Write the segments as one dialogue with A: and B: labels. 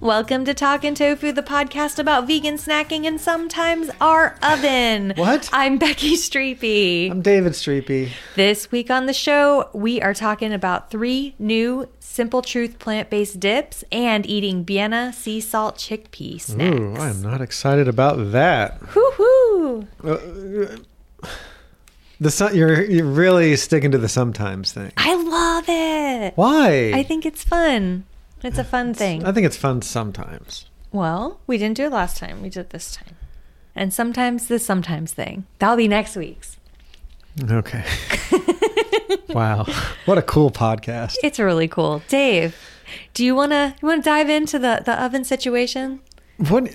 A: Welcome to Talkin' Tofu, the podcast about vegan snacking and sometimes our oven.
B: What?
A: I'm Becky Streepy.
B: I'm David Streepy.
A: This week on the show, we are talking about three new Simple Truth plant based dips and eating Vienna sea salt chickpea snacks.
B: Ooh, I am not excited about that.
A: Hoo hoo!
B: The sun, you're you're really sticking to the sometimes thing.
A: I love it.
B: Why?
A: I think it's fun. It's a fun thing.
B: I think it's fun sometimes.
A: Well, we didn't do it last time. We did this time. And sometimes the sometimes thing. That'll be next week's.
B: Okay. wow, what a cool podcast.
A: It's really cool. Dave, do you wanna you wanna dive into the, the oven situation?
B: What?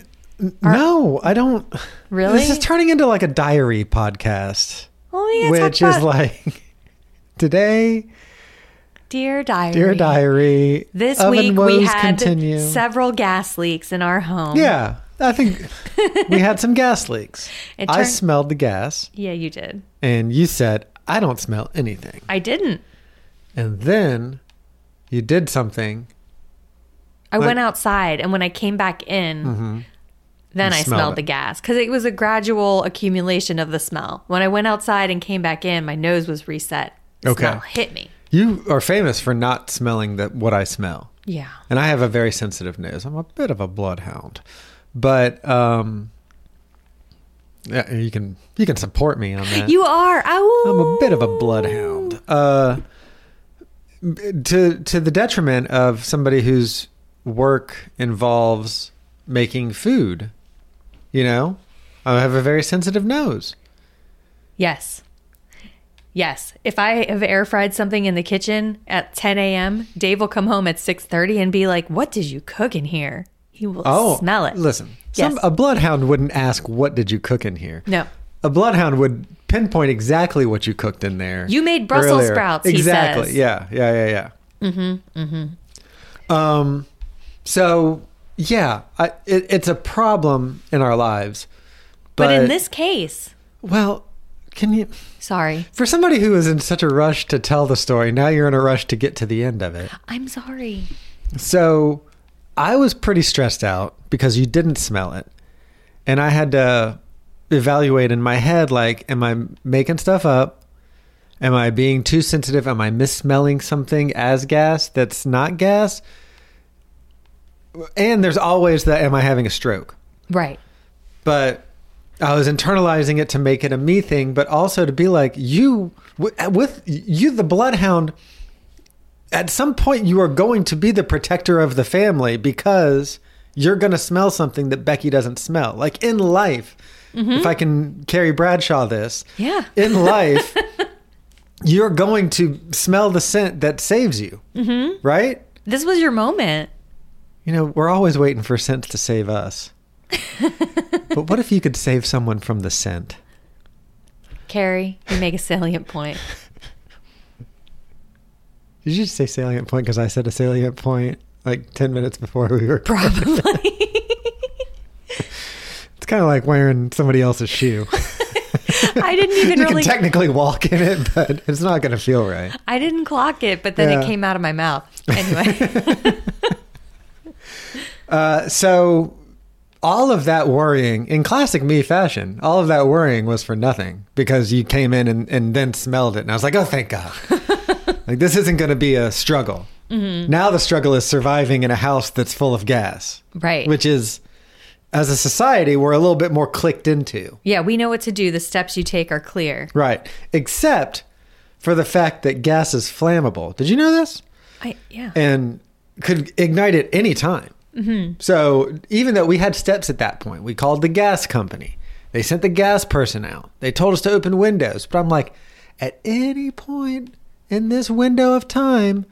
B: No, I don't.
A: Really?
B: This is turning into like a diary podcast,
A: Oh yeah,
B: which is like today,
A: Dear Diary.
B: dear diary.
A: This
B: oven
A: week we
B: woes
A: had
B: continue.
A: several gas leaks in our home.
B: Yeah, I think we had some gas leaks.
A: It
B: I
A: turned-
B: smelled the gas.
A: Yeah, you did.
B: and you said, I don't smell anything.
A: I didn't.
B: And then you did something.
A: I
B: Like-
A: went outside and when I came back in Then
B: Mm-hmm. You
A: I
B: smelled
A: smelled
B: it.
A: the gas because it was a gradual accumulation of the smell. When I went outside and came back in, my nose was reset. The
B: Okay.
A: smell hit me.
B: You are famous for not smelling the, what I smell.
A: Yeah.
B: And I have a very sensitive nose. I'm a bit of a bloodhound. But um, yeah, you can you can support me on that.
A: You are. Ow.
B: I'm a bit of a bloodhound. Uh, to to the detriment of somebody whose work involves making food. You know, I have a very sensitive nose.
A: Yes. Yes. If I have air fried something in the kitchen at 10 a.m., Dave will come home at 6:30 and be like, "What did you cook in here?" He will smell it.
B: Oh, Listen,
A: Yes.
B: some, a bloodhound wouldn't ask, "What did you cook in here?"
A: No.
B: a bloodhound would pinpoint exactly what you cooked in there.
A: You made Brussels
B: earlier.
A: sprouts, he
B: Exactly.
A: says.
B: Yeah. Yeah. Yeah. Yeah. Mm-hmm. Mm-hmm. Um. So yeah, I, it, it's a problem in our lives.
A: But, in this case,
B: well, can you?
A: sorry.
B: For somebody who is in such a rush to tell the story, now you're in a rush to get to the end of it.
A: I'm sorry.
B: So I was pretty stressed out because you didn't smell it. And I had to evaluate in my head like, am I making stuff up? Am I being too sensitive? Am I missmelling something as gas that's not gas? And there's always the am I having a stroke?
A: Right.
B: But I was internalizing it to make it a me thing, but also to be like, you, wi- with you, the bloodhound, at some point you are going to be the protector of the family because you're going to smell something that Becky doesn't smell. Like in life, if I can carry Bradshaw this,
A: Yeah.
B: in life, you're going to smell the scent that saves you, mm-hmm. right?
A: This was your moment.
B: You know, we're always waiting for scents to save us. but what if you could save someone from the scent?
A: Carrie, you make a salient point.
B: Did you just say salient point because I said a salient point like 10 minutes before we were?
A: Probably.
B: It's kind of like wearing somebody else's shoe.
A: I didn't even
B: you
A: really
B: can technically walk in it, but it's not going to feel right.
A: I didn't clock it, but then it
B: Yeah.
A: came out of my mouth. Anyway.
B: Uh, so all of that worrying in classic me fashion all of that worrying was for nothing because you came in and, and then smelled it and i was like oh thank god like this isn't going to be a struggle now the struggle is surviving in a house that's full of gas
A: Right.
B: which is as a society we're a little bit more clicked into
A: Yeah, we know what to do. The steps you take are clear.
B: right except for the fact that gas is flammable did you know this
A: I yeah.
B: and could ignite at any time. So even though we had steps at that point, we called the gas company. They sent the gas person out. They told us to open windows. But I'm like, at any point in this window of time,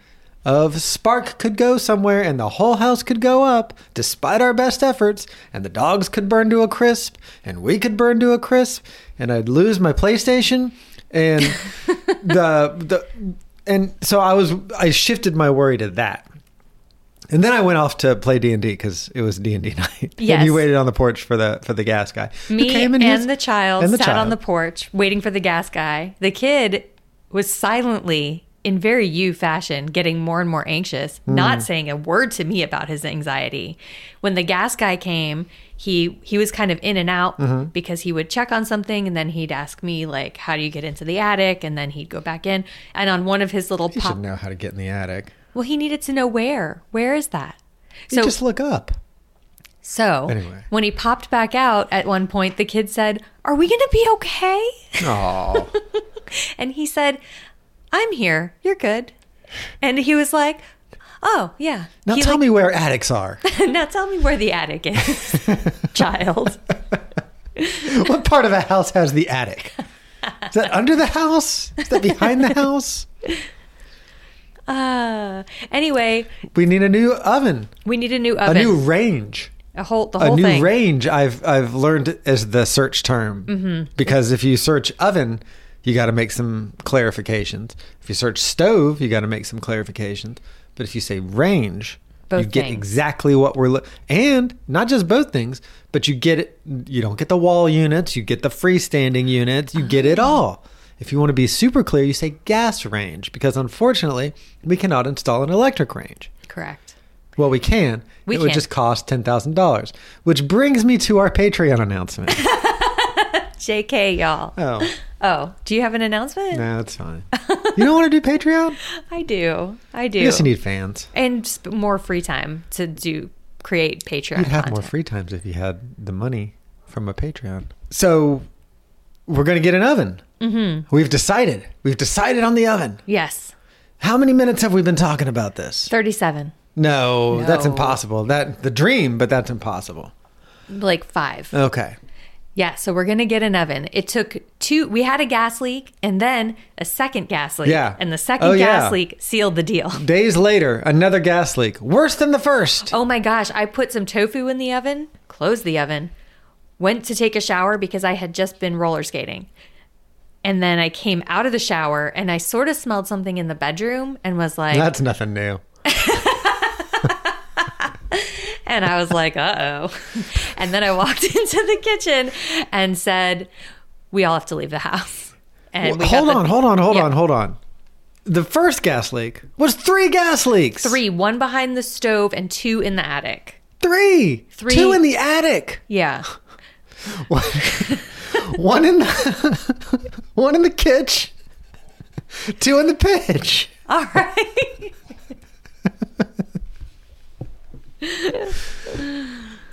B: of spark could go somewhere and the whole house could go up despite our best efforts and the dogs could burn to a crisp and we could burn to a crisp and I'd lose my PlayStation and the the and so I was I shifted my worry to that. And then I went off to play D and D because it was D and D night.
A: Yes.
B: And you waited on the porch for the for the gas guy. who
A: Me
B: came in
A: and
B: his-
A: the child
B: and
A: sat on
B: child.
A: the porch waiting for the gas guy. The kid was silently, in very you fashion, getting more and more anxious,
B: Hmm.
A: not saying a word to me about his anxiety. When the gas guy came, he he was kind of in and out
B: Mm-hmm.
A: because he would check on something and then he'd ask me like, "How do you get into the attic?" and then he'd go back in. And on one of his little
B: You should
A: pop,
B: know how to get in the attic.
A: well, he needed to know where. Where is that?
B: You just look up.
A: So
B: Anyway.
A: when he popped back out at one point, the kid said, Are we going to be okay?
B: Oh,
A: And he said, I'm here. You're good. And he was like, Oh, yeah.
B: now
A: He,
B: tell
A: like,
B: me where attics are.
A: now tell me where the attic is, child.
B: what part of a house has the attic? Is that under the house? Is that behind the house?
A: Uh, anyway,
B: We need a new oven,
A: we need a new
B: a
A: oven.
B: new range.
A: a whole, the
B: a
A: whole
B: new
A: thing.
B: range I've I've learned is the search term
A: Mm-hmm.
B: because if you search oven, you got to make some clarifications. If you search stove, you got to make some clarifications. But if you say range,
A: Both
B: you get
A: things.
B: exactly what we're lo- and not just both things, but you get it. You don't get the wall units, you get the freestanding units, you get
A: Uh-huh.
B: it all. If you want to be super clear, you say gas range because unfortunately we cannot install an electric range.
A: Correct.
B: Well, we can.
A: We
B: it would
A: can.
B: just cost ten thousand dollars, which brings me to our Patreon announcement.
A: JK, y'all.
B: oh,
A: Oh, do you have an announcement?
B: no, that's fine. You don't want to do Patreon?
A: I do. I do.
B: I guess you need fans.
A: and sp- more free time to do create Patreon.
B: You'd have
A: content.
B: more free times if you had the money from a Patreon. So we're gonna get an oven. Mm-hmm. We've decided. We've decided on the oven.
A: Yes.
B: How many minutes have we been talking about this?
A: 37.
B: No, that's
A: No.
B: impossible. That the dream, but that's impossible.
A: Like five.
B: Okay.
A: Yeah, so we're gonna get an oven. It took two. We had a gas leak, and then a second gas leak.
B: Yeah.
A: and the second
B: Oh,
A: gas
B: yeah.
A: leak sealed the deal.
B: Days later, another gas leak, worse than the first.
A: Oh my gosh! I put some tofu in the oven, closed the oven, went to take a shower because I had just been roller skating, and then I came out of the shower and I sort of smelled something in the bedroom and was like,
B: That's nothing new.
A: And I was like, uh oh. And then I walked into the kitchen and said, We all have to leave the house. And
B: Well,
A: got
B: hold
A: the-
B: on, hold on, hold
A: Yeah.
B: on, hold on. The first gas leak was three gas leaks.
A: Three, one behind the stove and two in the attic.
B: Three.
A: Three.
B: Two in the attic.
A: Yeah.
B: One in the one in the kitch. Two in the pitch.
A: All right.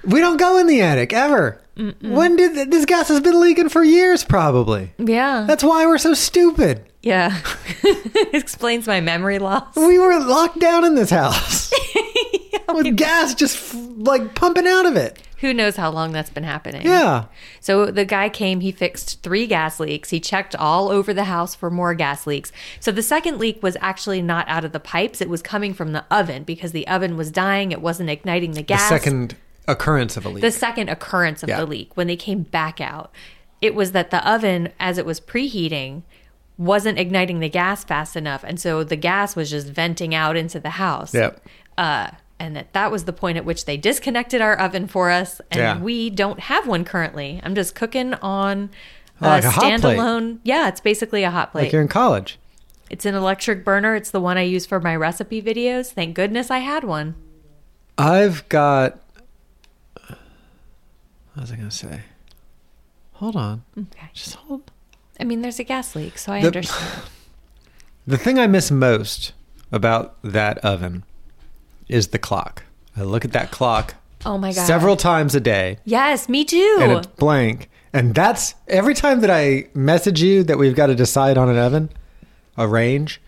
B: We don't go in the attic ever. When did th- this gas has been leaking for years probably.
A: Yeah.
B: That's why we're so stupid.
A: yeah. Explains my memory loss.
B: We were locked down in this house. With gas just f- like pumping out of it.
A: Who knows how long that's been happening?
B: Yeah.
A: So the guy came, he fixed three gas leaks. He checked all over the house for more gas leaks. So the second leak was actually not out of the pipes, it was coming from the oven because the oven was dying. It wasn't igniting the gas.
B: The second occurrence of a leak.
A: the second occurrence of
B: Yeah.
A: the leak when they came back out, it was that the oven, as it was preheating, wasn't igniting the gas fast enough. And so the gas was just venting out into the house.
B: Yep.
A: Uh, and that that was the point at which they disconnected our oven for us, and
B: Yeah.
A: we don't have one currently. I'm just cooking on a
B: Oh, Like a hot plate.
A: standalone. Yeah, it's basically a hot plate.
B: like you're in college.
A: it's an electric burner. It's the one I use for my recipe videos. Thank goodness I had one.
B: I've got What was I going to say? Hold on.
A: Okay.
B: Just hold.
A: I mean, there's a gas leak, so I
B: The-
A: understand.
B: The thing I miss most about that oven is the clock. I look at that clock
A: Oh my god.
B: several times a day
A: Yes, me too.
B: and it's blank. And that's every time that I message you that we've got to decide on an oven, a range,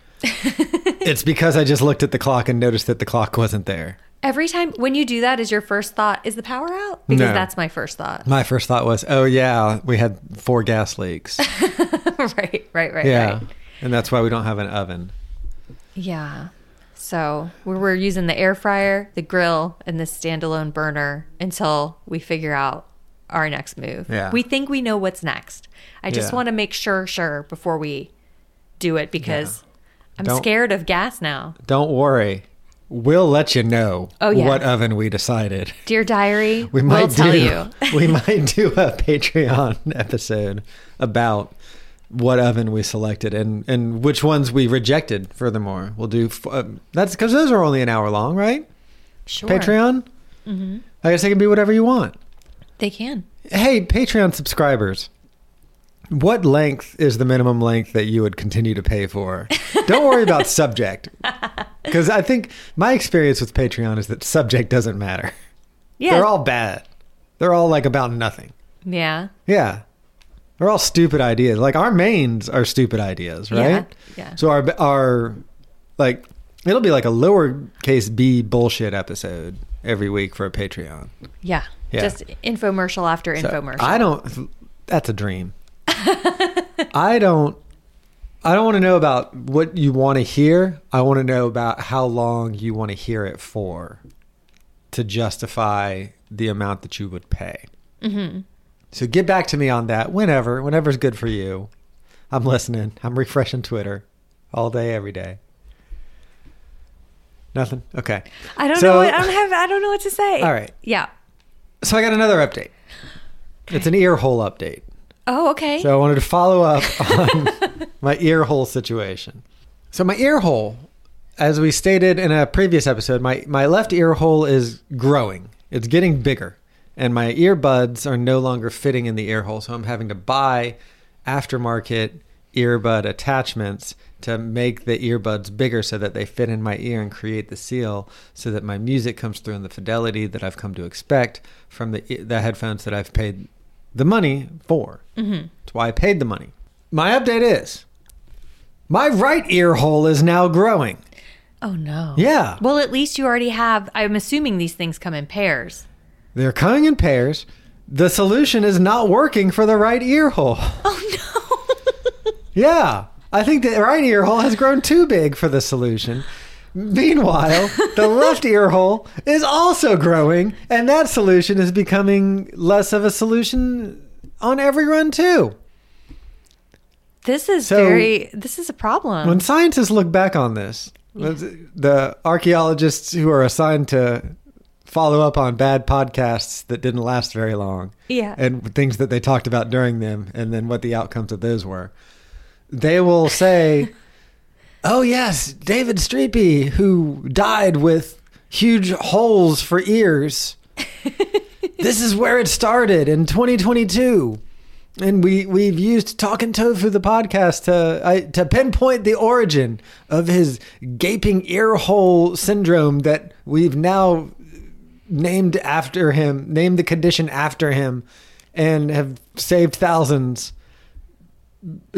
B: it's because I just looked at the clock and noticed that the clock wasn't there.
A: Every time when you do that, is your first thought is the power out? Because
B: No.
A: that's my first thought.
B: My first thought was, oh, yeah, we had four gas leaks.
A: right, right, right,
B: Yeah.
A: right.
B: And that's why we don't have an oven.
A: Yeah. So we were using the air fryer, the grill, and the standalone burner until we figure out our next move.
B: Yeah.
A: We think we know what's next. I just
B: Yeah.
A: want to make sure, sure, before we do it because I'm
B: Don't-
A: scared of gas now.
B: Don't worry. We'll let you know
A: Oh, yeah.
B: what oven we decided.
A: Dear diary,
B: We
A: we
B: might
A: will tell
B: do,
A: you.
B: we might do a Patreon episode about what oven we selected and and which ones we rejected. Furthermore, we'll do f- uh, that's because those are only an hour long, right?
A: Sure. Mm-hmm.
B: Patreon. I guess it can be whatever you want.
A: They can.
B: Hey, Patreon subscribers. What length is the minimum length that you would continue to pay for? Don't worry about subject. Because I think my experience with Patreon is that subject doesn't matter.
A: Yeah.
B: They're all bad. They're all like about nothing.
A: yeah.
B: Yeah. They're all stupid ideas. Like our mains are stupid ideas,
A: Yeah,
B: right?
A: yeah.
B: So our our like it'll be like a lowercase b bullshit episode every week for a Patreon.
A: Yeah.
B: Yeah.
A: Just infomercial after
B: So
A: infomercial.
B: I don't. That's a dream. I don't. I don't want to know about what you want to hear. I want to know about how long you want to hear it for, to justify the amount that you would pay. Mm-hmm. So get back to me on that whenever. Whenever's good for you. I'm listening. I'm refreshing Twitter all day, every day. Nothing. Okay.
A: I don't
B: So-
A: know what I don't have I don't know what to say.
B: All right.
A: Yeah.
B: So I got another update. It's an ear hole update.
A: Oh, okay.
B: So I wanted to follow up on my ear hole situation. So my ear hole, as we stated in a previous episode, my, my left ear hole is growing. It's getting bigger. And my earbuds are no longer fitting in the ear hole. So I'm having to buy aftermarket earbud attachments to make the earbuds bigger so that they fit in my ear and create the seal so that my music comes through in the fidelity that I've come to expect from the, e, the headphones that I've paid the money for. Mm-hmm. That's why I paid the money. My update is my right ear hole is now growing.
A: oh no.
B: Yeah.
A: Well, at least you already have I'm assuming these things come in pairs.
B: They're coming in pairs. The solution is not working for the right ear hole.
A: Oh no.
B: Yeah. I think the right ear hole has grown too big for the solution. Meanwhile, the left ear hole is also growing, and that solution is becoming less of a solution on every run, too.
A: this is
B: So-
A: very this is a problem.
B: When scientists look back on this, the archaeologists who are assigned to follow up on bad podcasts that didn't last very long,
A: Yeah.
B: and things that they talked about during them, and then what the outcomes of those were, they will say, "Oh yes, David Streepy, who died with huge holes for ears." this is where it started in 2022 and we we've used talking tofu the podcast to I, to pinpoint the origin of his gaping ear hole syndrome that we've now named after him named the condition after him and have saved thousands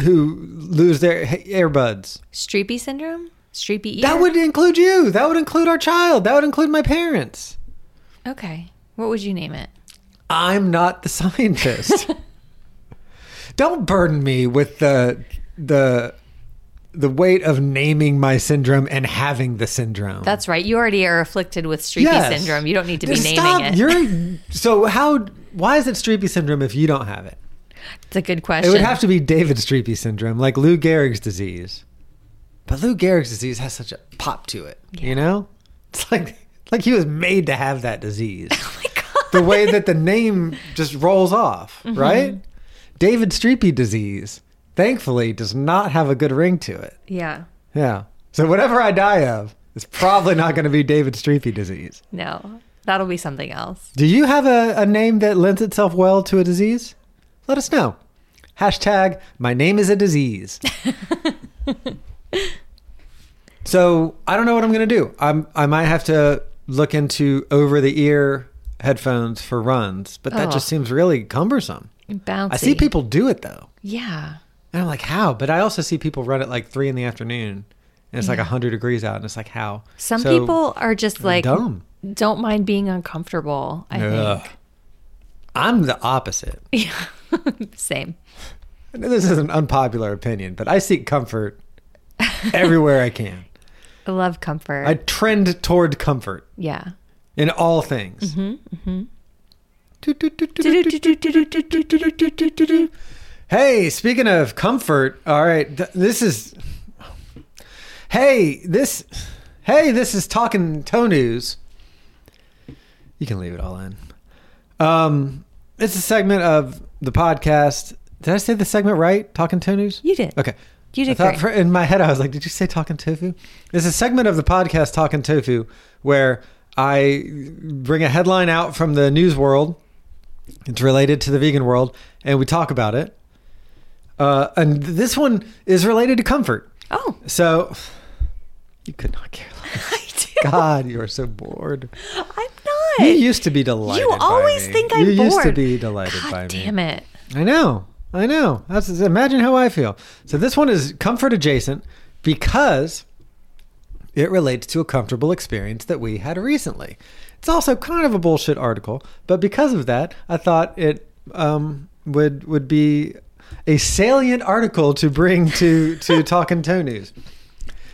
B: who lose their he- earbuds
A: Streepy syndrome? Streepy ear?
B: that would include you that would include our child that would include my parents
A: Okay. What would you name it?
B: I'm not the scientist. Don't burden me with the the the weight of naming my syndrome and having the syndrome.
A: That's right. You already are afflicted with Streepy
B: Yes.
A: syndrome. You don't need to be
B: Just
A: naming
B: Stop.
A: it.
B: You're so how why is it Streepy syndrome if you don't have it?
A: it's a good
B: It
A: question.
B: would have to be David Streepy syndrome, like Lou Gehrig's disease. But Lou Gehrig's disease has such a pop to it, you know? It's like like he was made to have that disease.
A: oh my god.
B: the way that the name just rolls off, right? David Streepy disease, thankfully, does not have a good ring to it.
A: Yeah.
B: Yeah. So whatever I die of, it's probably not going to be David Streepy disease.
A: No. That'll be something else.
B: Do you have a, a name that lends itself well to a disease? Let us know. Hashtag my name is a disease. so I don't know what I'm gonna do. I'm I might have to look into over the ear headphones for runs, but that
A: Oh.
B: just seems really cumbersome.
A: Bouncy.
B: I see people do it though.
A: Yeah.
B: And I'm like, how? But I also see people run at like three in the afternoon and it's like like 100 degrees out. And it's like, how?
A: Some
B: So-
A: people are just like
B: dumb.
A: don't mind being uncomfortable. I
B: Ugh. I'm the opposite.
A: think same.
B: I know this is an unpopular opinion, but I seek comfort everywhere I can.
A: I love comfort.
B: I trend toward comfort
A: yeah.
B: in all things.
A: Mm-hmm, mm-hmm.
B: Hey, speaking of comfort, all right, th- this is. Hey, this. Hey, this is talking toe news. You can leave it all in. Um, it's a segment of the podcast. Did I say the segment right? Talking toe news.
A: You did.
B: Okay.
A: You
B: I
A: did
B: thought
A: great.
B: for- in my head, I was like, "Did you say talking tofu?" It's a segment of the podcast "Talking Tofu" where I bring a headline out from the news world. It's related to the vegan world, and we talk about it. Uh, and th- this one is related to comfort.
A: Oh,
B: So you could not care less.
A: I do.
B: God, you are so bored.
A: I'm
B: You
A: not.
B: used to be delighted.
A: You
B: by
A: always
B: me.
A: think I'm
B: You used to
A: bored.
B: be delighted
A: God
B: by me.
A: damn it.
B: I know. I know. That's imagine how I feel. So this one is comfort adjacent because it relates to a comfortable experience that we had recently. It's also kind of a bullshit article, but because of that, I thought it um, would would be a salient article to bring to to Talking Toe News.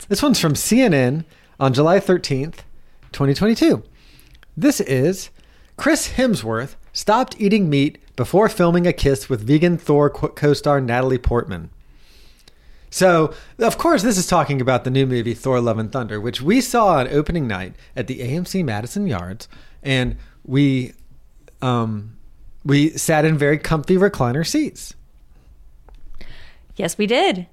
B: This one's from CNN on July 13th, 2022. This is Chris Hemsworth stopped eating meat before filming a kiss with vegan Thor co star Natalie Portman. So, of course, this is talking about the new movie Thor Love and Thunder, which we saw on opening night at the AMC Madison Yards. And we, um, we sat in very comfy recliner seats.
A: Yes, we did.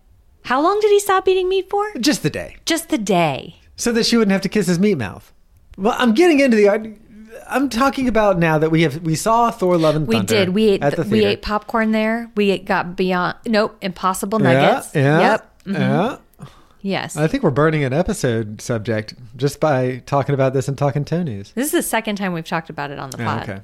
A: How long did he stop eating meat for?
B: Just the day.
A: Just the day.
B: so that she wouldn't have to kiss his meat mouth. Well, I'm getting into the. I'm talking about now that we have we saw Thor: Love and
A: We
B: Thunder.
A: did. We ate.
B: at the
A: we
B: theater.
A: ate popcorn there. We got beyond. Nope. Impossible nuggets.
B: Yeah, yeah,
A: Yep. Mm-hmm.
B: yeah.
A: Yes.
B: I think we're burning an episode subject just by talking about this and talking Tony's.
A: this is the second time we've talked about it on the
B: Yeah,
A: pod.
B: okay.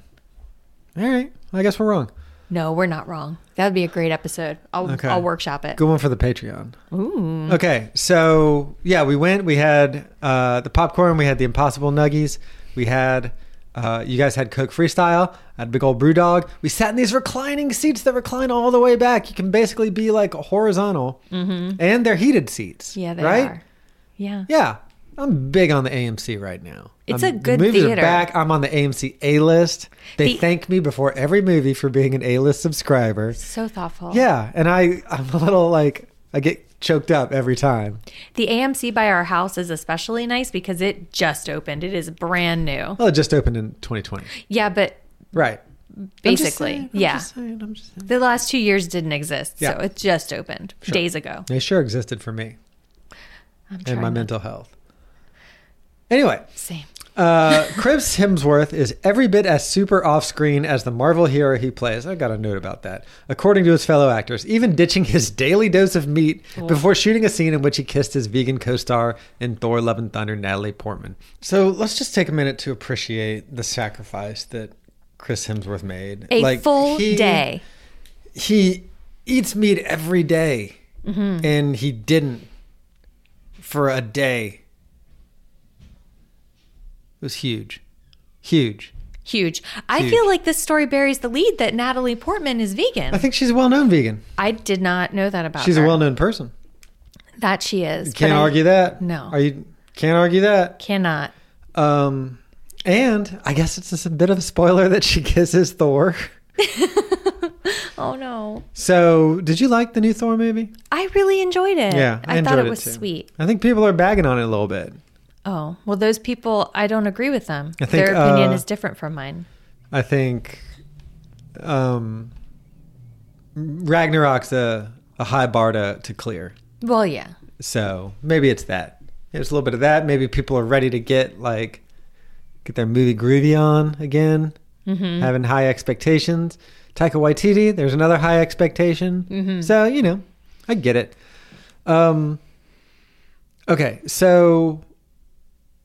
B: All right. I guess we're wrong.
A: No, we're not wrong. That would be a great episode. I'll
B: Okay.
A: I'll workshop it.
B: Good one for the Patreon. Ooh. Okay, so yeah, we went. We had uh, the popcorn. We had the Impossible Nuggies. We had uh, you guys had Coke Freestyle. I had a big old brew dog. We sat in these reclining seats that recline all the way back. You can basically be like horizontal, and they're heated seats.
A: Mm-hmm. Yeah, they
B: right?
A: are. Yeah.
B: Yeah, I'm big on the AMC right now.
A: It's
B: I'm-
A: a good
B: the movies
A: theater.
B: Are back. I'm on the AMC A list. They
A: The-
B: thank me before every movie for being an A list subscriber.
A: So thoughtful.
B: Yeah, and I I'm a little like I get choked up every time.
A: The AMC by our house is especially nice because it just opened. It is brand new.
B: Well, it just opened in 2020.
A: Yeah, but
B: Right. I'm just
A: basically,
B: saying, I'm
A: yeah.
B: just saying, I'm just saying.
A: The last two years didn't exist, so
B: Yeah.
A: it just opened days ago.
B: They sure existed for me
A: I'm
B: and
A: trying
B: my
A: not
B: mental health. Anyway,
A: to say.
B: uh, Chris Hemsworth is every bit as super off screen as the Marvel hero he plays. I got a note about that. According to his fellow actors, even ditching his daily dose of meat before shooting a scene in which he kissed his vegan co star in Thor Love and Thunder, Natalie Portman. So let's just take a minute to appreciate the sacrifice that Chris Hemsworth made.
A: A full day.
B: he eats meat every day,
A: Mm-hmm.
B: and he didn't for a day it was huge huge
A: Huge. I
B: Huge.
A: feel like this story buries the lead that Natalie Portman is
B: i
A: vegan.
B: think she's a well-known vegan
A: I did not know that about
B: she's
A: her.
B: a well-known person
A: that she is.
B: can't
A: but I
B: argue that
A: No.
B: are you can't argue that
A: Cannot.
B: um and i guess it's just a bit of a spoiler that she kisses thor
A: Oh no.
B: so did you like the new thor movie
A: I really enjoyed it.
B: yeah i,
A: I,
B: enjoyed
A: thought it was
B: too.
A: sweet.
B: i think people are bagging on it a little bit
A: Oh well, those people. I don't agree with them.
B: I think,
A: Their opinion
B: uh,
A: is different from mine.
B: I think um, Ragnarok's a, a high bar to, to clear.
A: Well, yeah.
B: So maybe it's that. There's a little bit of that. Maybe people are ready to get like Get their movie groovy on again. Having high expectations. Taika Waititi, there's another high expectation. So you know, I get it. Um. Okay, so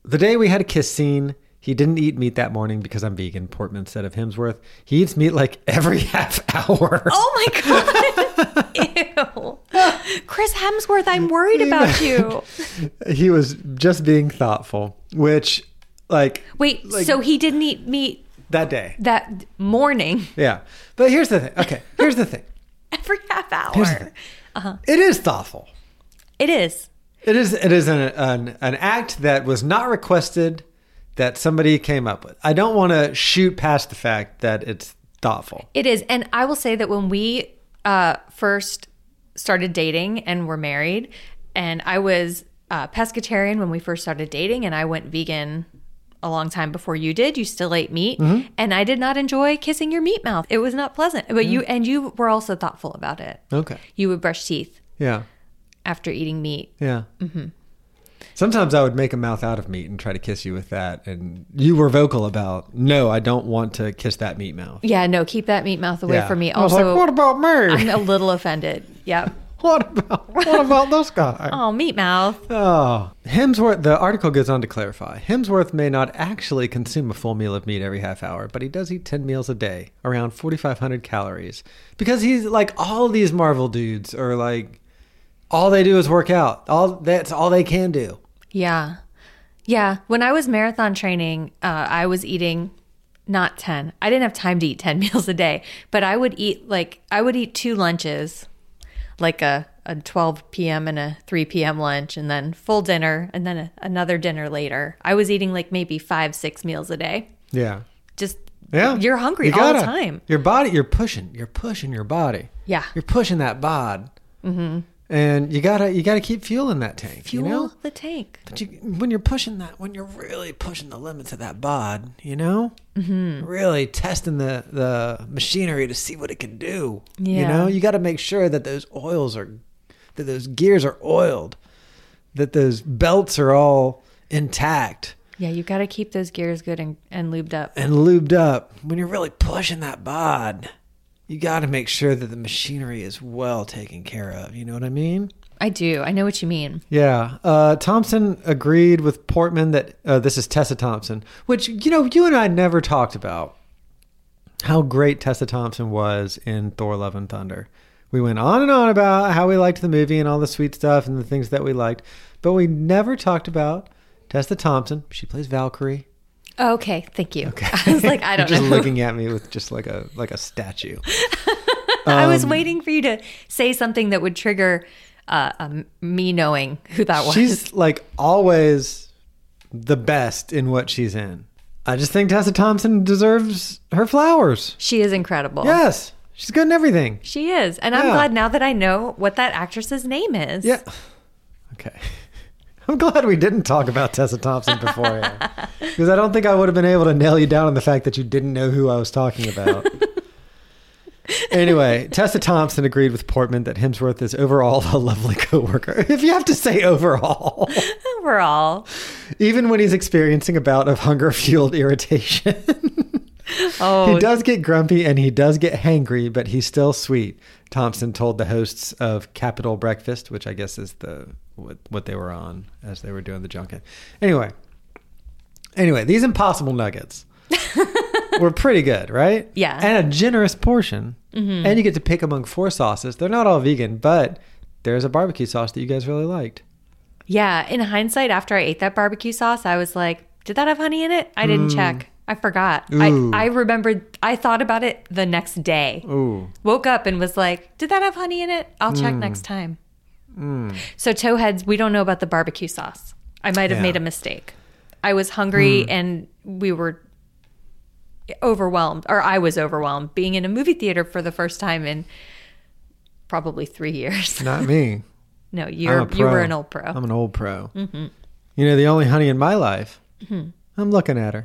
B: the day we had a kiss scene, he didn't eat meat that morning because I'm vegan. Portman said of Hemsworth, he eats meat like every half hour.
A: Oh my god. Ew. Chris Hemsworth, I'm worried about you.
B: He was just being thoughtful, which, like,
A: Wait, so he didn't eat meat
B: that day.
A: that morning
B: Yeah. But here's the thing. Okay, here's the thing.
A: every half
B: Here's the
A: hour.
B: thing. It is thoughtful.
A: It is.
B: It is it is an, an an act that was not requested that somebody came up with. I don't want to shoot past the fact that it's thoughtful.
A: It is. And I will say that when we uh, first started dating and were married, and I was uh, pescatarian when we first started dating, and I went vegan a long time before you did. You still ate meat,
B: Mm-hmm.
A: and I did not enjoy kissing your meat mouth. It was not pleasant. But
B: Mm-hmm.
A: you and you were also thoughtful about it.
B: Okay.
A: You would brush teeth
B: Yeah.
A: after eating meat.
B: Yeah.
A: Mm-hmm.
B: Sometimes I would make a mouth out of meat and try to kiss you with that, and you were vocal about no, I don't want to kiss that meat mouth.
A: Yeah, no, keep that meat mouth away
B: Yeah.
A: from me.
B: I was
A: Also,
B: like, what about me?
A: I'm a little offended. Yep.
B: What about what about this guy?
A: Oh, meat mouth.
B: Oh, Hemsworth. The article goes on to clarify: Hemsworth may not actually consume a full meal of meat every half hour, but he does eat ten meals a day, around forty-five hundred calories, because he's like all these Marvel dudes are like, all they do is work out. All that's all they can do.
A: Yeah. Yeah. When I was marathon training, uh, I was eating not 10. I didn't have time to eat 10 meals a day, but I would eat like, I would eat two lunches, like a, a 12 p.m. and a 3 p.m. lunch, and then full dinner, and then a, another dinner later. I was eating like maybe five, six meals a day.
B: Yeah,
A: Just,
B: yeah.
A: You're hungry
B: You
A: all the
B: gotta-
A: time.
B: Your body. You're pushing. You're pushing your body.
A: Yeah.
B: You're pushing that bod. Mm-hmm. And you gotta you gotta keep fueling that tank.
A: Fuel
B: You know?
A: the tank.
B: But you, when you're pushing that, when you're really pushing the limits of that bod, you know, mm-hmm. really testing the the machinery to see what it can do. You
A: Yeah.
B: know, you got to make sure that those oils are, that those gears are oiled, that those belts are all intact
A: Yeah, you got to keep those gears good and, and lubed up.
B: and lubed up. When you're really pushing that bod, you got to make sure that the machinery is well taken care of. You know what I mean?
A: I do. I know what you mean.
B: Yeah. Uh, Thompson agreed with Portman that uh, this is Tessa Thompson, which, you know, you and I never talked about how great Tessa Thompson was in Thor Love and Thunder. We went on and on about how we liked the movie and all the sweet stuff and the things that we liked, but we never talked about Tessa Thompson. She plays Valkyrie.
A: Okay. Thank you. I was like, I
B: You're
A: don't
B: just
A: know.
B: looking at me with just like a like a statue.
A: I
B: Um,
A: was waiting for you to say something that would trigger uh, um, me knowing who that was.
B: She's like always the best in what she's in. I just think Tessa Thompson deserves her flowers.
A: she is incredible.
B: Yes, she's good in everything.
A: She is. And I'm
B: Yeah.
A: glad now that I know what that actress's name is.
B: Yeah. Okay. I'm glad we didn't talk about Tessa Thompson beforehand because I don't think I would have been able to nail you down on the fact that you didn't know who I was talking about. anyway, Tessa Thompson agreed with Portman that Hemsworth is overall a lovely coworker. If you have to say overall,
A: Overall.
B: even when he's experiencing a bout of hunger-fueled irritation.
A: Oh,
B: He does get grumpy and he does get hangry, but he's still sweet. Thompson told the hosts of Capital Breakfast, which I guess is the what, what they were on as they were doing the junket. Anyway, anyway, these impossible nuggets were pretty good, right?
A: Yeah. Mm-hmm.
B: and a generous portion, and you get to pick among four sauces. They're not all vegan, but there's a barbecue sauce that you guys really liked.
A: yeah. In hindsight, after I ate that barbecue sauce, I was like, did that have honey in it? I didn't check. I forgot. I,
B: Mm. Ooh.
A: I remembered, I thought about it the next day.
B: Ooh,
A: Woke up and was like, did that have honey in it? I'll
B: Hmm.
A: check next time. So, Toeheads, we don't know about the barbecue sauce. I might have
B: Yeah. Hmm.
A: made a mistake. I was hungry and we were overwhelmed, or I was overwhelmed being in a movie theater for the first time in probably three years.
B: not me.
A: No,
B: I'm
A: you're
B: a
A: you were
B: pro.
A: an old pro. Mm-hmm.
B: I'm an old pro. You know, the only honey in my life. I'm looking at her.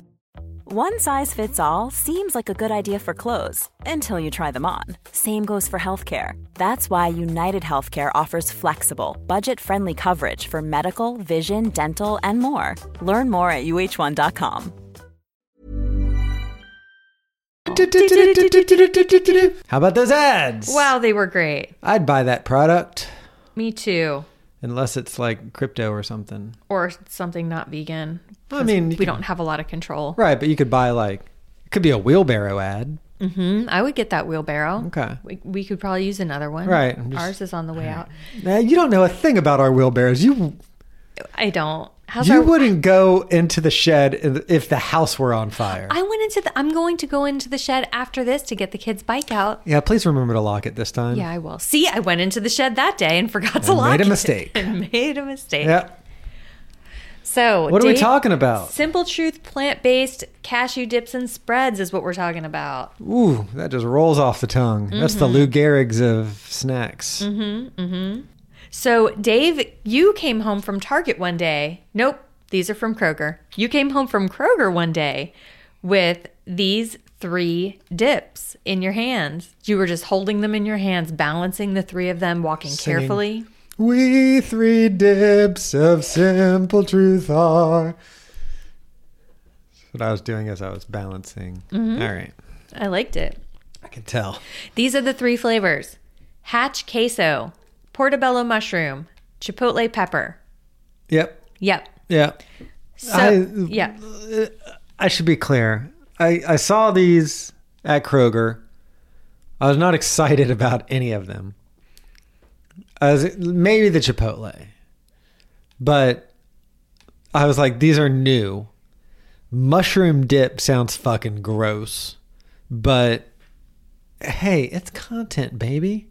C: One size fits all seems like a good idea for clothes until you try them on. Same goes for healthcare. That's why United Healthcare offers flexible, budget friendly coverage for medical, vision, dental, and more. Learn more at uh1.com.
B: How about those ads?
A: Wow, they were great.
B: I'd buy that product
A: Me too.
B: unless it's like crypto or something.
A: Or something not vegan.
B: I mean, you
A: We
B: could-
A: don't have a lot of control.
B: Right, but you could buy like it could be a wheelbarrow ad.
A: Mm, I would get that wheelbarrow.
B: Okay.
A: We, we could probably use another one.
B: Right, I'm just-
A: Ours is on the way out.
B: Nah, you don't know a thing about our wheelbarrows. You
A: I don't. How's
B: you
A: our-
B: wouldn't go into the shed if the house were on fire.
A: I went into the. I'm going to go into the shed after this to get the kids' bike out.
B: yeah, please remember to lock it this time.
A: Yeah, I will. See, I went into the shed that day and forgot to
B: And
A: lock
B: made a
A: it.
B: mistake.
A: and made a mistake.
B: Yeah.
A: So
B: What are we
A: Dave-
B: talking about?
A: Simple truth, plant-based cashew dips and spreads is what we're talking about.
B: Ooh, that just rolls off the tongue. That's the Lou Gehrig's of snacks.
A: So, Dave, you came home from Target one day. Nope, these are from Kroger. You came home from Kroger one day with these three dips in your hands. You were just holding them in your hands, balancing the three of them, walking
B: Singing.
A: carefully.
B: We three dips of simple truth are. That's what I was doing as I was balancing. All right.
A: I liked it.
B: I can tell.
A: These are the three flavors Hatch queso, portobello mushroom, chipotle pepper.
B: Yep.
A: Yep.
B: Yeah.
A: So,
B: I-
A: yeah.
B: I should be clear. I, I saw these at Kroger. I was not excited about any of them. I was, maybe the Chipotle, but I was like, these are new. Mushroom dip sounds fucking gross, but hey, it's content, baby.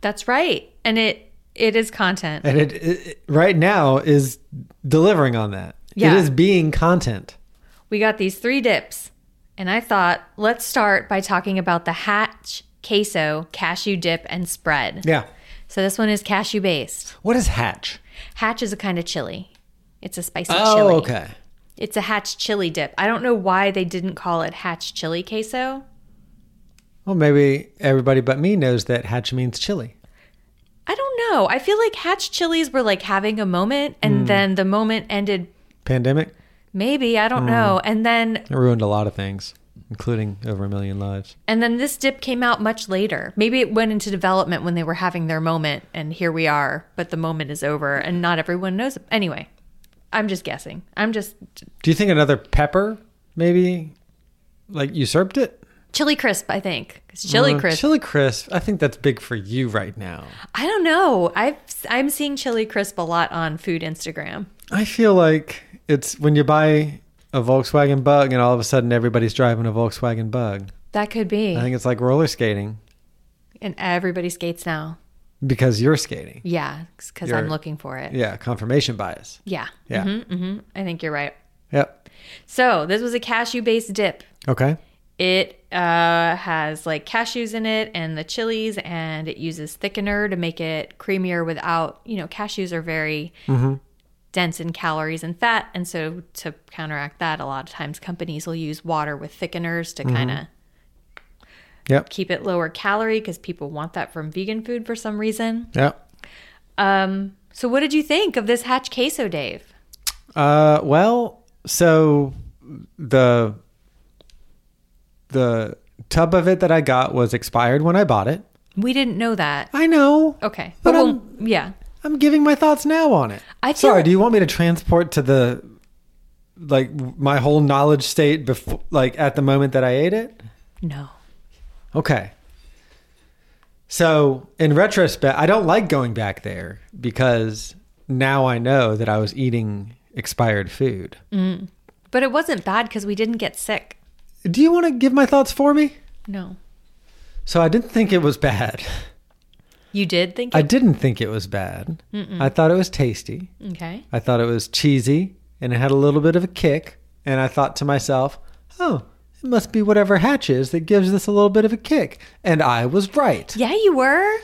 A: That's right. And it it is content.
B: And it, it, it right now is delivering on that.
A: Yeah.
B: It is being content.
A: We got these three dips. And I thought, let's start by talking about the Hatch queso cashew dip and spread.
B: Yeah.
A: So this one is cashew based.
B: What is hatch?
A: Hatch is a kind of chili. It's a spicy chili.
B: Oh, okay.
A: It's a Hatch chili dip. I don't know why they didn't call it Hatch chili queso.
B: Well, maybe everybody but me knows that hatch means chili.
A: I don't know. I feel like Hatch chilies were like having a moment
B: Hmm.
A: and then the moment ended
B: Pandemic
A: maybe, I
B: Hmm.
A: don't know. And then
B: it ruined a lot of things, including over a million lives.
A: and then this dip came out much later. Maybe it went into development when they were having their moment and here we are, but the moment is over and not everyone knows. Anyway, I'm just guessing. I'm just
B: Do you think another pepper maybe like usurped it?
A: chili crisp, I think. 'Cause chili
B: Uh,
A: crisp.
B: Chili crisp. I think that's big for you right now.
A: I don't know. I've I'm seeing chili crisp a lot on food Instagram.
B: I feel like it's when you buy a Volkswagen Bug and all of a sudden everybody's driving a Volkswagen Bug.
A: That could be.
B: I think it's like roller skating
A: and everybody skates now.
B: because you're skating.
A: Yeah, because
B: You're-
A: I'm looking for it.
B: Yeah, confirmation bias.
A: Yeah.
B: Yeah.
A: I think you're right.
B: Yep.
A: So this was a cashew based dip.
B: Okay.
A: It uh, has like cashews in it and the chilies, and it uses thickener to make it creamier without, you know, cashews are very
B: Mm-hmm.
A: dense in calories and fat. And so to counteract that, a lot of times companies will use water with thickeners to
B: Mm-hmm.
A: kind of
B: Yep.
A: keep it lower calorie because people want that from vegan food for some reason. Um,
B: Yep.
A: So, what did you think of this hatch queso, Dave?
B: Uh, well, so the the tub of it that I got was expired when I bought it.
A: We didn't know that.
B: I know.
A: Okay.
B: But
A: But we'll-
B: I'm-
A: yeah.
B: I'm giving my thoughts now on it.
A: I feel-
B: Sorry, do you want me to transport to the like my whole knowledge state before like at the moment that I ate it?
A: No.
B: Okay. So, in retrospect, I don't like going back there because now I know that I was eating expired food.
A: Mm. But it wasn't bad because we didn't get sick.
B: Do you want to give my thoughts for me?
A: No.
B: So, I didn't think it was bad.
A: You did think
B: I
A: it?
B: didn't think it was bad. I thought it was tasty.
A: okay.
B: I thought it was cheesy and it had a little bit of a kick. And I thought to myself, oh, it must be whatever hatch is that gives this a little bit of a kick. And I was right.
A: Yeah, you were.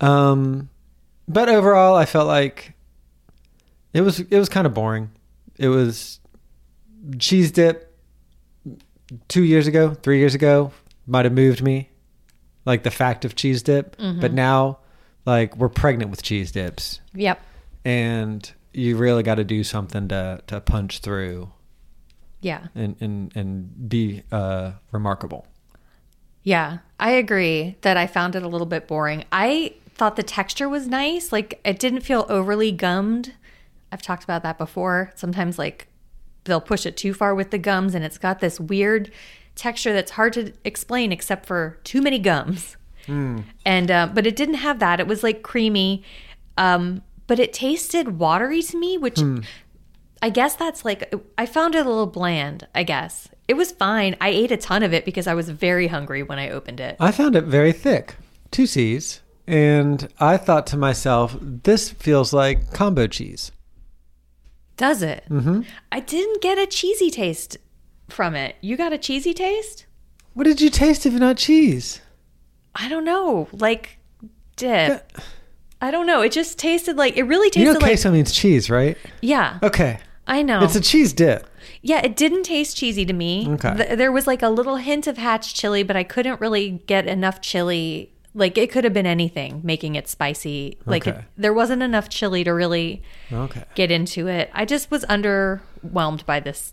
B: Um, but overall, I felt like it was it was kind of boring. It was cheese dip. Two years ago, three years ago, might have moved me, like the fact of cheese dip. But now, like we're pregnant with cheese dips,
A: Yep.
B: and you really got to do something to to punch through
A: Yeah.
B: and and and be uh, remarkable.
A: Yeah. I agree that I found it a little bit boring. I thought the texture was nice. Like, it didn't feel overly gummed. I've talked about that before. Sometimes, like, they'll push it too far with the gums, and it's got this weird texture that's hard to explain except for too many gums. and uh, but it didn't have that. It was like creamy, um, but it tasted watery to me, which I guess that's like I found it a little bland. I guess it was fine. I ate a ton of it because I was very hungry when I opened it.
B: I found it very thick, two C's, and I thought to myself, this feels like combo cheese.
A: Does it? Mm-hmm. I didn't get a cheesy taste from it. You got a cheesy taste?
B: What did you taste if not cheese?
A: I don't know. Like dip. I don't know. It just tasted like it really tasted
B: you know,
A: like
B: queso means cheese, right?
A: yeah.
B: Okay,
A: I know.
B: it's a cheese dip.
A: Yeah, it didn't taste cheesy to me.
B: Okay.
A: Th- there was like a little hint of hatch chili, but I couldn't really get enough chili. Like it could have been anything, making it spicy. Like it,
B: Okay.
A: there wasn't enough chili to really
B: Okay,
A: get into it. I just was underwhelmed by this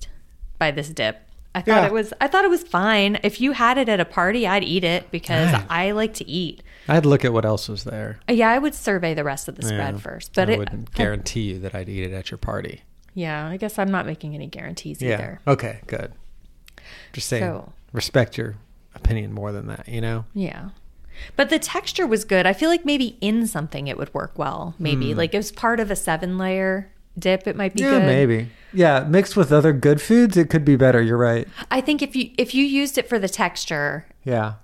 A: by this dip. I thought
B: Yeah.
A: it was I thought it was fine. If you had it at a party, I'd eat it because I like to eat.
B: I'd look at what else was there.
A: Yeah, I would survey the rest of the spread first, but
B: I
A: it,
B: wouldn't guarantee you that I'd eat it at your party.
A: yeah, I guess I'm not making any guarantees either.
B: Okay. Good. Just saying,
A: So-
B: respect your opinion more than that. You know.
A: Yeah. But the texture was good. I feel like maybe in something it would work well. Maybe like it was part of a seven layer dip. It might be
B: Hmm. Yeah,
A: good.
B: maybe. Yeah, mixed with other good foods, it could be better. You're right.
A: I think if you if you used it for the texture,
B: Yeah.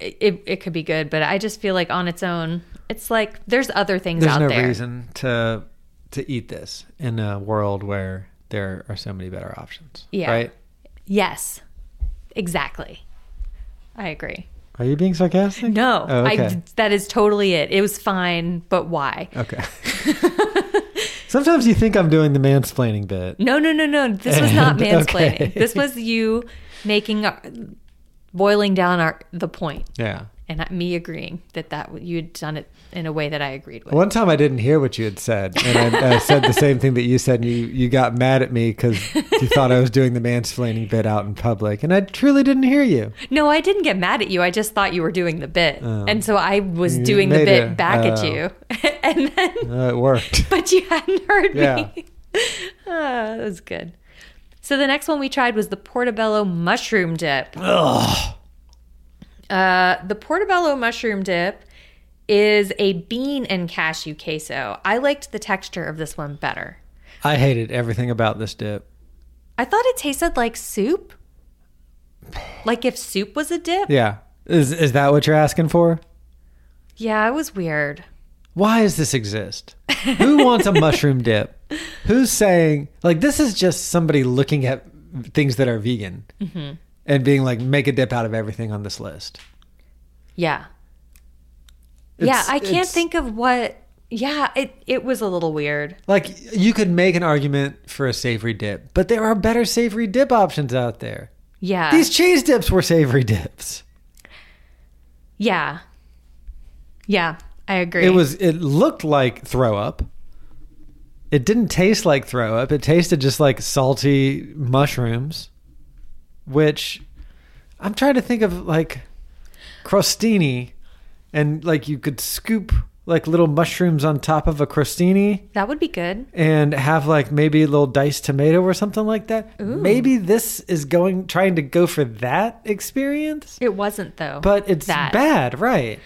A: it, it, it could be good. But I just feel like on its own, it's like there's other things
B: There's
A: out
B: no
A: there.
B: reason to to eat this in a world where there are so many better options.
A: Yeah.
B: Right?
A: Yes, exactly. I agree.
B: Are you being sarcastic?
A: No,
B: Oh,
A: I,
B: okay.
A: that is totally it. It was fine, but why?
B: okay. Sometimes you think I'm doing the mansplaining bit.
A: No, no, no, no. This was not
B: And-
A: mansplaining.
B: okay.
A: This was you making, our, boiling down our the point,
B: Yeah.
A: and I- me agreeing that that you had done it in a way that I agreed with.
B: One time I didn't hear what you had said, and I, I said the same thing that you said, and you, you got mad at me because you thought I was doing the mansplaining bit out in public, and I truly didn't hear you.
A: No, I didn't get mad at you. I just thought you were doing the bit, and so I was
B: Oh. You
A: doing the
B: made
A: bit
B: a-
A: back at
B: oh.
A: you, and then
B: Uh, it worked.
A: but you hadn't heard
B: Yeah.
A: me. Ah, that was good. So the next one we tried was the portobello mushroom dip. Uh, the portobello mushroom dip is a bean and cashew queso. I liked the texture of this one better.
B: I hated everything about this dip.
A: I thought it tasted like soup. Like if soup was a dip.
B: Yeah. Is, is that what you're asking for?
A: Yeah, it was weird.
B: why does this exist? Who wants a mushroom dip?
A: Mm-hmm.
B: Who's saying like this is just somebody looking at things that are vegan and being like, make a dip out of everything on this list.
A: Yeah. yeah,
B: It's-
A: I can't
B: it's-
A: think of what. Yeah, it it was a little weird.
B: Like you could make an argument for a savory dip, but there are better savory dip options out there.
A: Yeah.
B: These cheese dips were savory dips.
A: yeah. Yeah, I agree.
B: It was it looked like throw up. It didn't taste like throw up. It tasted just like salty mushrooms, which I'm trying to think of like crostini and like you could scoop like little mushrooms on top of a crostini
A: that would be good.
B: and have like maybe a little diced tomato or something like that. Maybe this is going trying to go for that experience,
A: It wasn't though.
B: but it's
A: that.
B: bad, right?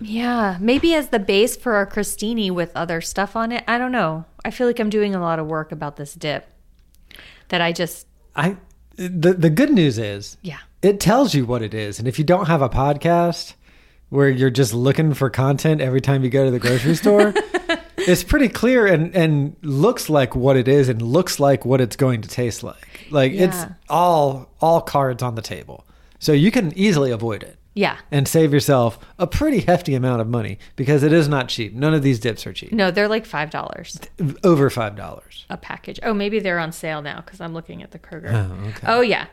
A: Yeah, maybe as the base for our crostini with other stuff on it. I don't know. I feel like I'm doing a lot of work about this dip that I just
B: I the the good news is
A: yeah.
B: it tells you what it is. And if you don't have a podcast where you're just looking for content every time you go to the grocery store, it's pretty clear and, and looks like what it is and looks like what it's going to taste like. Like it's
A: Yeah.
B: all all cards on the table. So you can easily avoid it
A: Yeah.
B: and save yourself a pretty hefty amount of money because it is not cheap. None of these dips are cheap.
A: No, they're like $5
B: Over five dollars.
A: a package. Oh, maybe they're on sale now cuz I'm looking at the Kroger. Oh, yeah.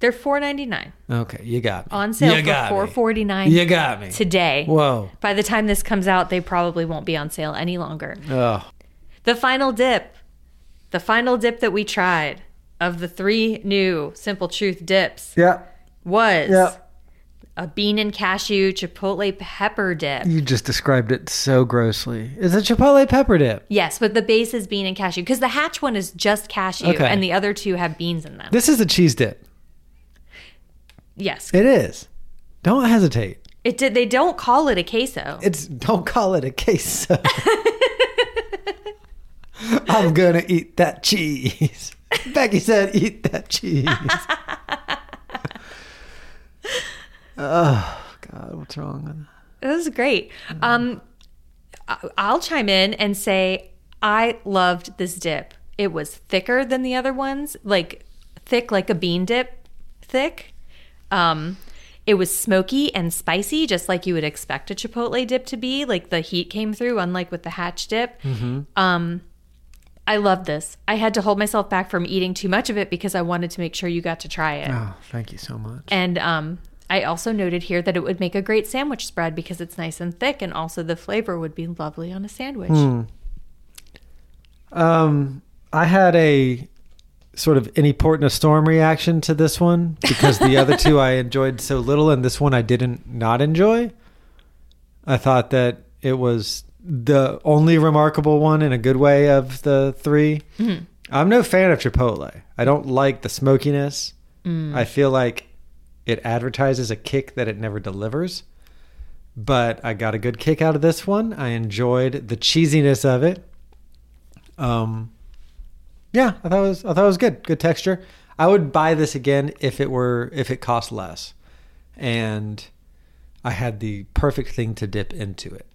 A: They're 4.99
B: Okay, you got me.
A: on sale
B: you got
A: for
B: me.
A: 4.49
B: You got me.
A: today.
B: Whoa.
A: By the time this comes out, they probably won't be on sale any longer.
B: Oh.
A: The final dip. The final dip that we tried of the three new Simple Truth dips
B: Yeah.
A: was
B: Yeah.
A: a bean and cashew chipotle pepper dip.
B: You just described it so grossly. It's a chipotle pepper dip.
A: Yes, but the base is bean and cashew because the hatch one is just cashew
B: Okay.
A: and the other two have beans in them.
B: This is a cheese dip.
A: yes. It,
B: It is. Don't hesitate.
A: did they don't call it a queso.
B: It's don't call it a queso. I'm gonna eat that cheese. Becky said, "Eat that cheese." oh Oh, God, what's wrong with that?
A: This is great. Um I- I'll chime in and say I loved this dip. It was thicker than the other ones, like thick like a bean dip, thick. Um it was smoky and spicy, just like you would expect a chipotle dip to be. Like the heat came through, unlike with the hatch dip. Um, I loved this. I had to hold myself back from eating too much of it because I wanted to make sure you got to try it.
B: Oh, thank you so much.
A: And um, I also noted here that it would make a great sandwich spread because it's nice and thick, and also the flavor would be lovely on a sandwich.
B: Um, I had a sort of any port in a storm reaction to this one because the other two I enjoyed so little, and this one I didn't not enjoy. I thought that it was the only remarkable one in a good way of the 3 i I'm no fan of Chipotle. I don't like the smokiness. I feel like it advertises a kick that it never delivers. But I got a good kick out of this one. I enjoyed the cheesiness of it. Um, yeah, I thought it was I thought it was good. Good texture. I would buy this again if it were if it cost less, and I had the perfect thing to dip into it.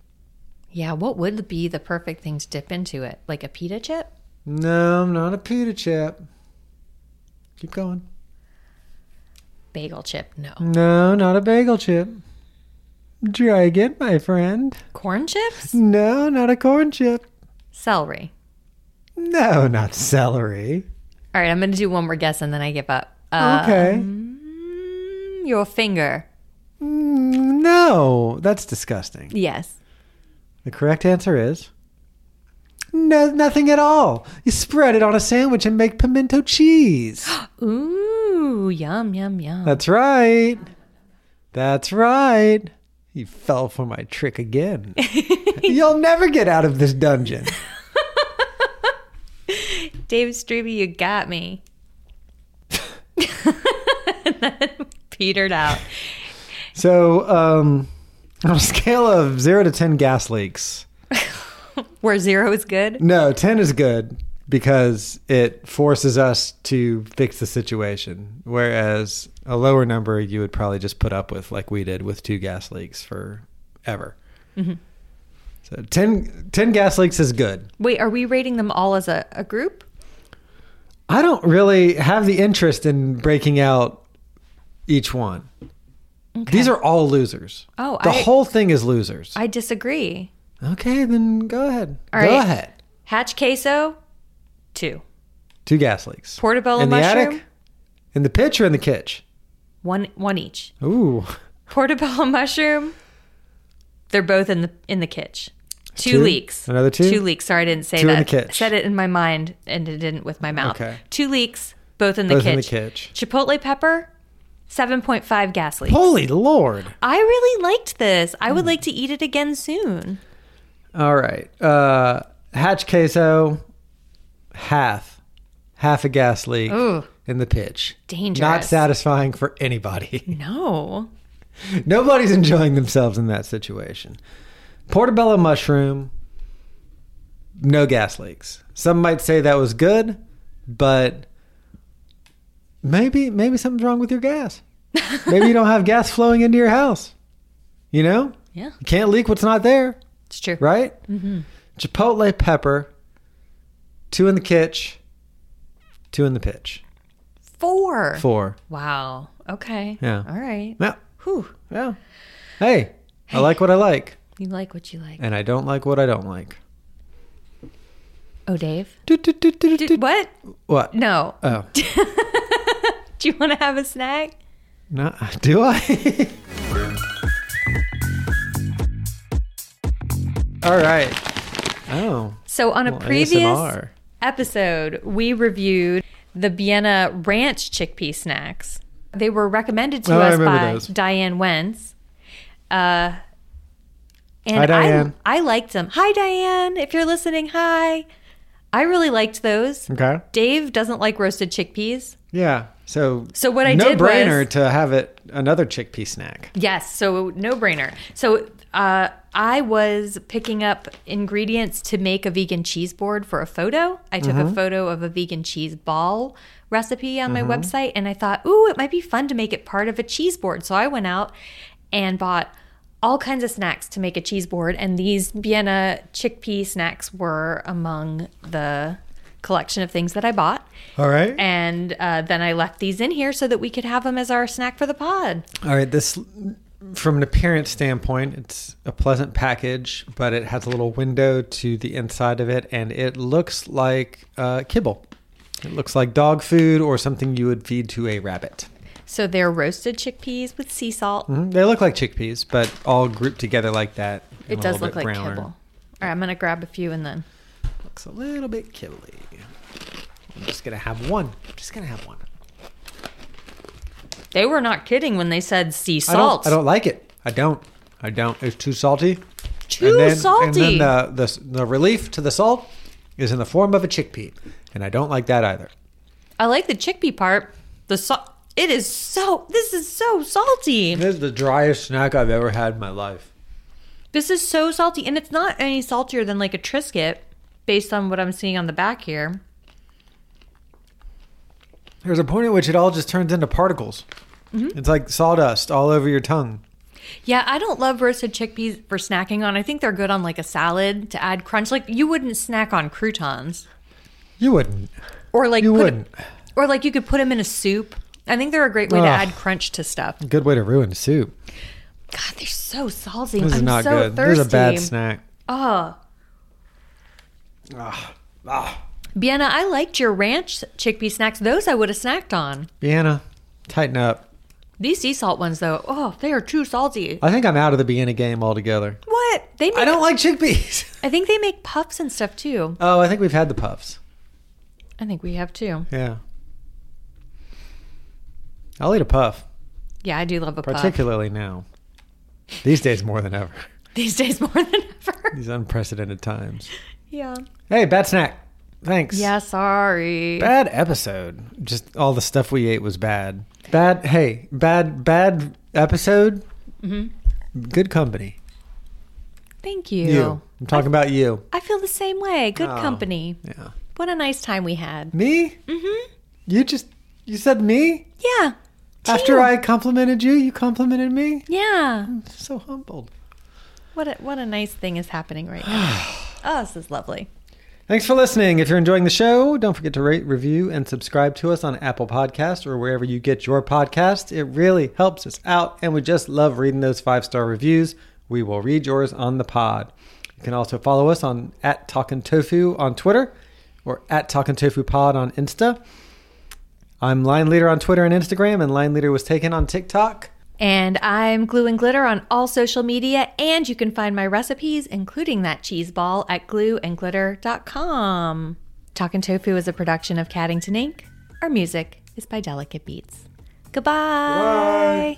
A: Yeah, what would be the perfect thing to dip into it? Like a pita chip?
B: No, I'm not a pita chip. Keep going.
A: Bagel chip? No.
B: No, not a bagel chip. Try again, my friend.
A: Corn chips?
B: No, not a corn chip.
A: Celery.
B: No, not celery.
A: All right, I'm going to do one more guess and then I give up. Uh,
B: Okay.
A: Your finger.
B: Mm, no, that's disgusting.
A: Yes.
B: The correct answer is no, nothing at all. You spread it on a sandwich and make pimento cheese.
A: Ooh, yum, yum, yum.
B: That's right. That's right. You fell for my trick again. You'll never get out of this dungeon.
A: David Strebe, you got me. petered out.
B: So, um, on a scale of zero to 10 gas leaks,
A: Where zero is good?
B: no, 10 is good because it forces us to fix the situation. Whereas a lower number you would probably just put up with, like we did with two gas leaks forever.
A: Mm-hmm.
B: So 10, 10 gas leaks is good.
A: Wait, are we rating them all as a, a group?
B: I don't really have the interest in breaking out each one. These are all losers.
A: Oh,
B: the
A: I-
B: whole thing is losers.
A: I disagree.
B: okay, then go ahead.
A: All
B: go
A: right.
B: ahead.
A: Hatch queso, two.
B: Two gas leaks.
A: Portobello
B: in the
A: mushroom,
B: attic, in the pitch, or in the kitch.
A: one one each.
B: Ooh,
A: Portobello mushroom. They're both in the in the kitch. Two,
B: Two?
A: leaks.
B: Another two?
A: Two leaks. Sorry, I didn't say
B: Two in
A: that.
B: the kitch.
A: Said it in my mind and it didn't with my mouth.
B: Okay.
A: Two leaks, both in the
B: Both
A: kitch.
B: in the kitch.
A: Chipotle pepper, seven point five gas leaks.
B: holy lord!
A: I really liked this. I
B: Hmm.
A: would like to eat it again soon.
B: All right, uh, hatch queso, half, half a gas leak
A: Ooh.
B: in the pitch. Not
A: Dangerous.
B: satisfying for anybody.
A: No.
B: Nobody's enjoying themselves in that situation. Portobello mushroom, no gas leaks. Some might say that was good, but maybe maybe something's wrong with your gas. Maybe you don't have gas flowing into your house. You know?
A: Yeah.
B: You can't leak what's not there,
A: It's true.
B: right?
A: Mm-hmm.
B: Chipotle pepper, two in the kitch, two in the pitch.
A: Four.
B: Four.
A: Wow. Okay.
B: Yeah.
A: All right.
B: Yeah.
A: Whew.
B: Yeah. Hey, I like what I like,
A: You like what you like.
B: and I don't like what I don't like.
A: Oh, Dave.
B: Do, do, do, do, do,
A: Did,
B: do.
A: what?
B: What?
A: No.
B: Oh,
A: Do you want to have a snack?
B: no. Do I? All right. Oh,
A: So on a
B: well,
A: previous
B: ASMR.
A: episode, we reviewed the Vienna Ranch chickpea snacks. They were recommended to
B: Oh, I
A: us
B: remember
A: by
B: those.
A: Diane Wentz. Uh, and
B: Hi, Diane.
A: I, I liked them. Hi, Diane. If you're listening, hi. I really liked those.
B: Okay.
A: Dave doesn't like roasted chickpeas.
B: Yeah. So.
A: So what I
B: no
A: did was-
B: brainer to have it another chickpea snack.
A: Yes, so no brainer. So uh, I was picking up ingredients to make a vegan cheese board for a photo. I took a photo of a vegan cheese ball recipe on my website, and I thought, ooh, it might be fun to make it part of a cheese board. So I went out and bought all kinds of snacks to make a cheese board, and these Vienna chickpea snacks were among the collection of things that I bought.
B: All right.
A: And uh, then I left these in here so that we could have them as our snack for the pod.
B: All right. This, from an appearance standpoint, it's a pleasant package, but it has a little window to the inside of it, and it looks like uh, kibble. It looks like dog food or something you would feed to a rabbit.
A: So they're roasted chickpeas with sea salt.
B: They look like chickpeas, but all grouped together like that. and
A: It
B: a
A: does
B: little
A: look
B: bit
A: like
B: browner.
A: kibble. All right, I'm gonna grab a few and then.
B: Looks a little bit kibbly. I'm just gonna have one. I'm just gonna have one.
A: They were not kidding when they said sea
B: I don't.
A: salt.
B: I don't like it. I don't. I don't. It's too salty.
A: Too
B: and then,
A: salty.
B: And then uh, the, the the relief to the salt is in the form of a chickpea, and I don't like that either.
A: I like the chickpea part. The salt. It is so. This is so salty.
B: This is the driest snack I've ever had in my life.
A: This is so salty, and it's not any saltier than like a Triscuit, based on what I'm seeing on the back here.
B: There's a point at which it all just turns into particles.
A: Mm-hmm.
B: It's like sawdust all over your tongue.
A: Yeah, I don't love roasted chickpeas for snacking on. I think they're good on like a salad to add crunch. Like you wouldn't snack on croutons,
B: You wouldn't.
A: or like
B: You
A: put-
B: wouldn't.
A: or like you could put them in a soup. I think they're a great way to
B: Ugh.
A: add crunch to stuff.
B: Good way to ruin soup.
A: God, they're so salty.
B: This is
A: I'm
B: not
A: so
B: good.
A: thirsty.
B: This is a bad snack.
A: Oh. Vienna, I liked your ranch chickpea snacks. Those I would have snacked on.
B: Vienna, tighten up.
A: These sea salt ones, though, oh, they are too salty.
B: I think I'm out of the Vienna game altogether.
A: What they? Make,
B: I don't like chickpeas.
A: I think they make puffs and stuff too.
B: oh, I think we've had the puffs.
A: I think we have too.
B: Yeah. I'll eat a puff,
A: Yeah, I do love a puff.
B: particularly now. These days more than ever.
A: These days more than ever.
B: These unprecedented times.
A: yeah.
B: Hey, bad snack. Thanks.
A: Yeah. Sorry.
B: Bad episode. Just all the stuff we ate was bad. Bad. Hey, bad, bad episode.
A: Mm-hmm.
B: Good company.
A: Thank you.
B: You. I'm talking about you.
A: I feel the same way. Good company.
B: Yeah.
A: What a nice time we had.
B: Me? Mm-hmm. You just, you said me?
A: Yeah.
B: After I complimented you, you complimented me?
A: Yeah.
B: So humbled.
A: What a, what a nice thing is happening right now. oh, this is lovely.
B: Thanks for listening. If you're enjoying the show, don't forget to rate, review, and subscribe to us on Apple Podcasts or wherever you get your podcasts. It really helps us out, and we just love reading those five star reviews. We will read yours on the pod. You can also follow us on at Talkin' Tofu on Twitter or at Talkin' Tofu Pod on Insta. I'm Line Leader on Twitter and Instagram, and Line Leader was taken on TikTok.
A: And I'm Glue and Glitter on all social media, and you can find my recipes, including that cheese ball, at glueandglitter.com. Talkin' Tofu is a production of Caddington Inc. Our music is by Delicate Beats. Goodbye.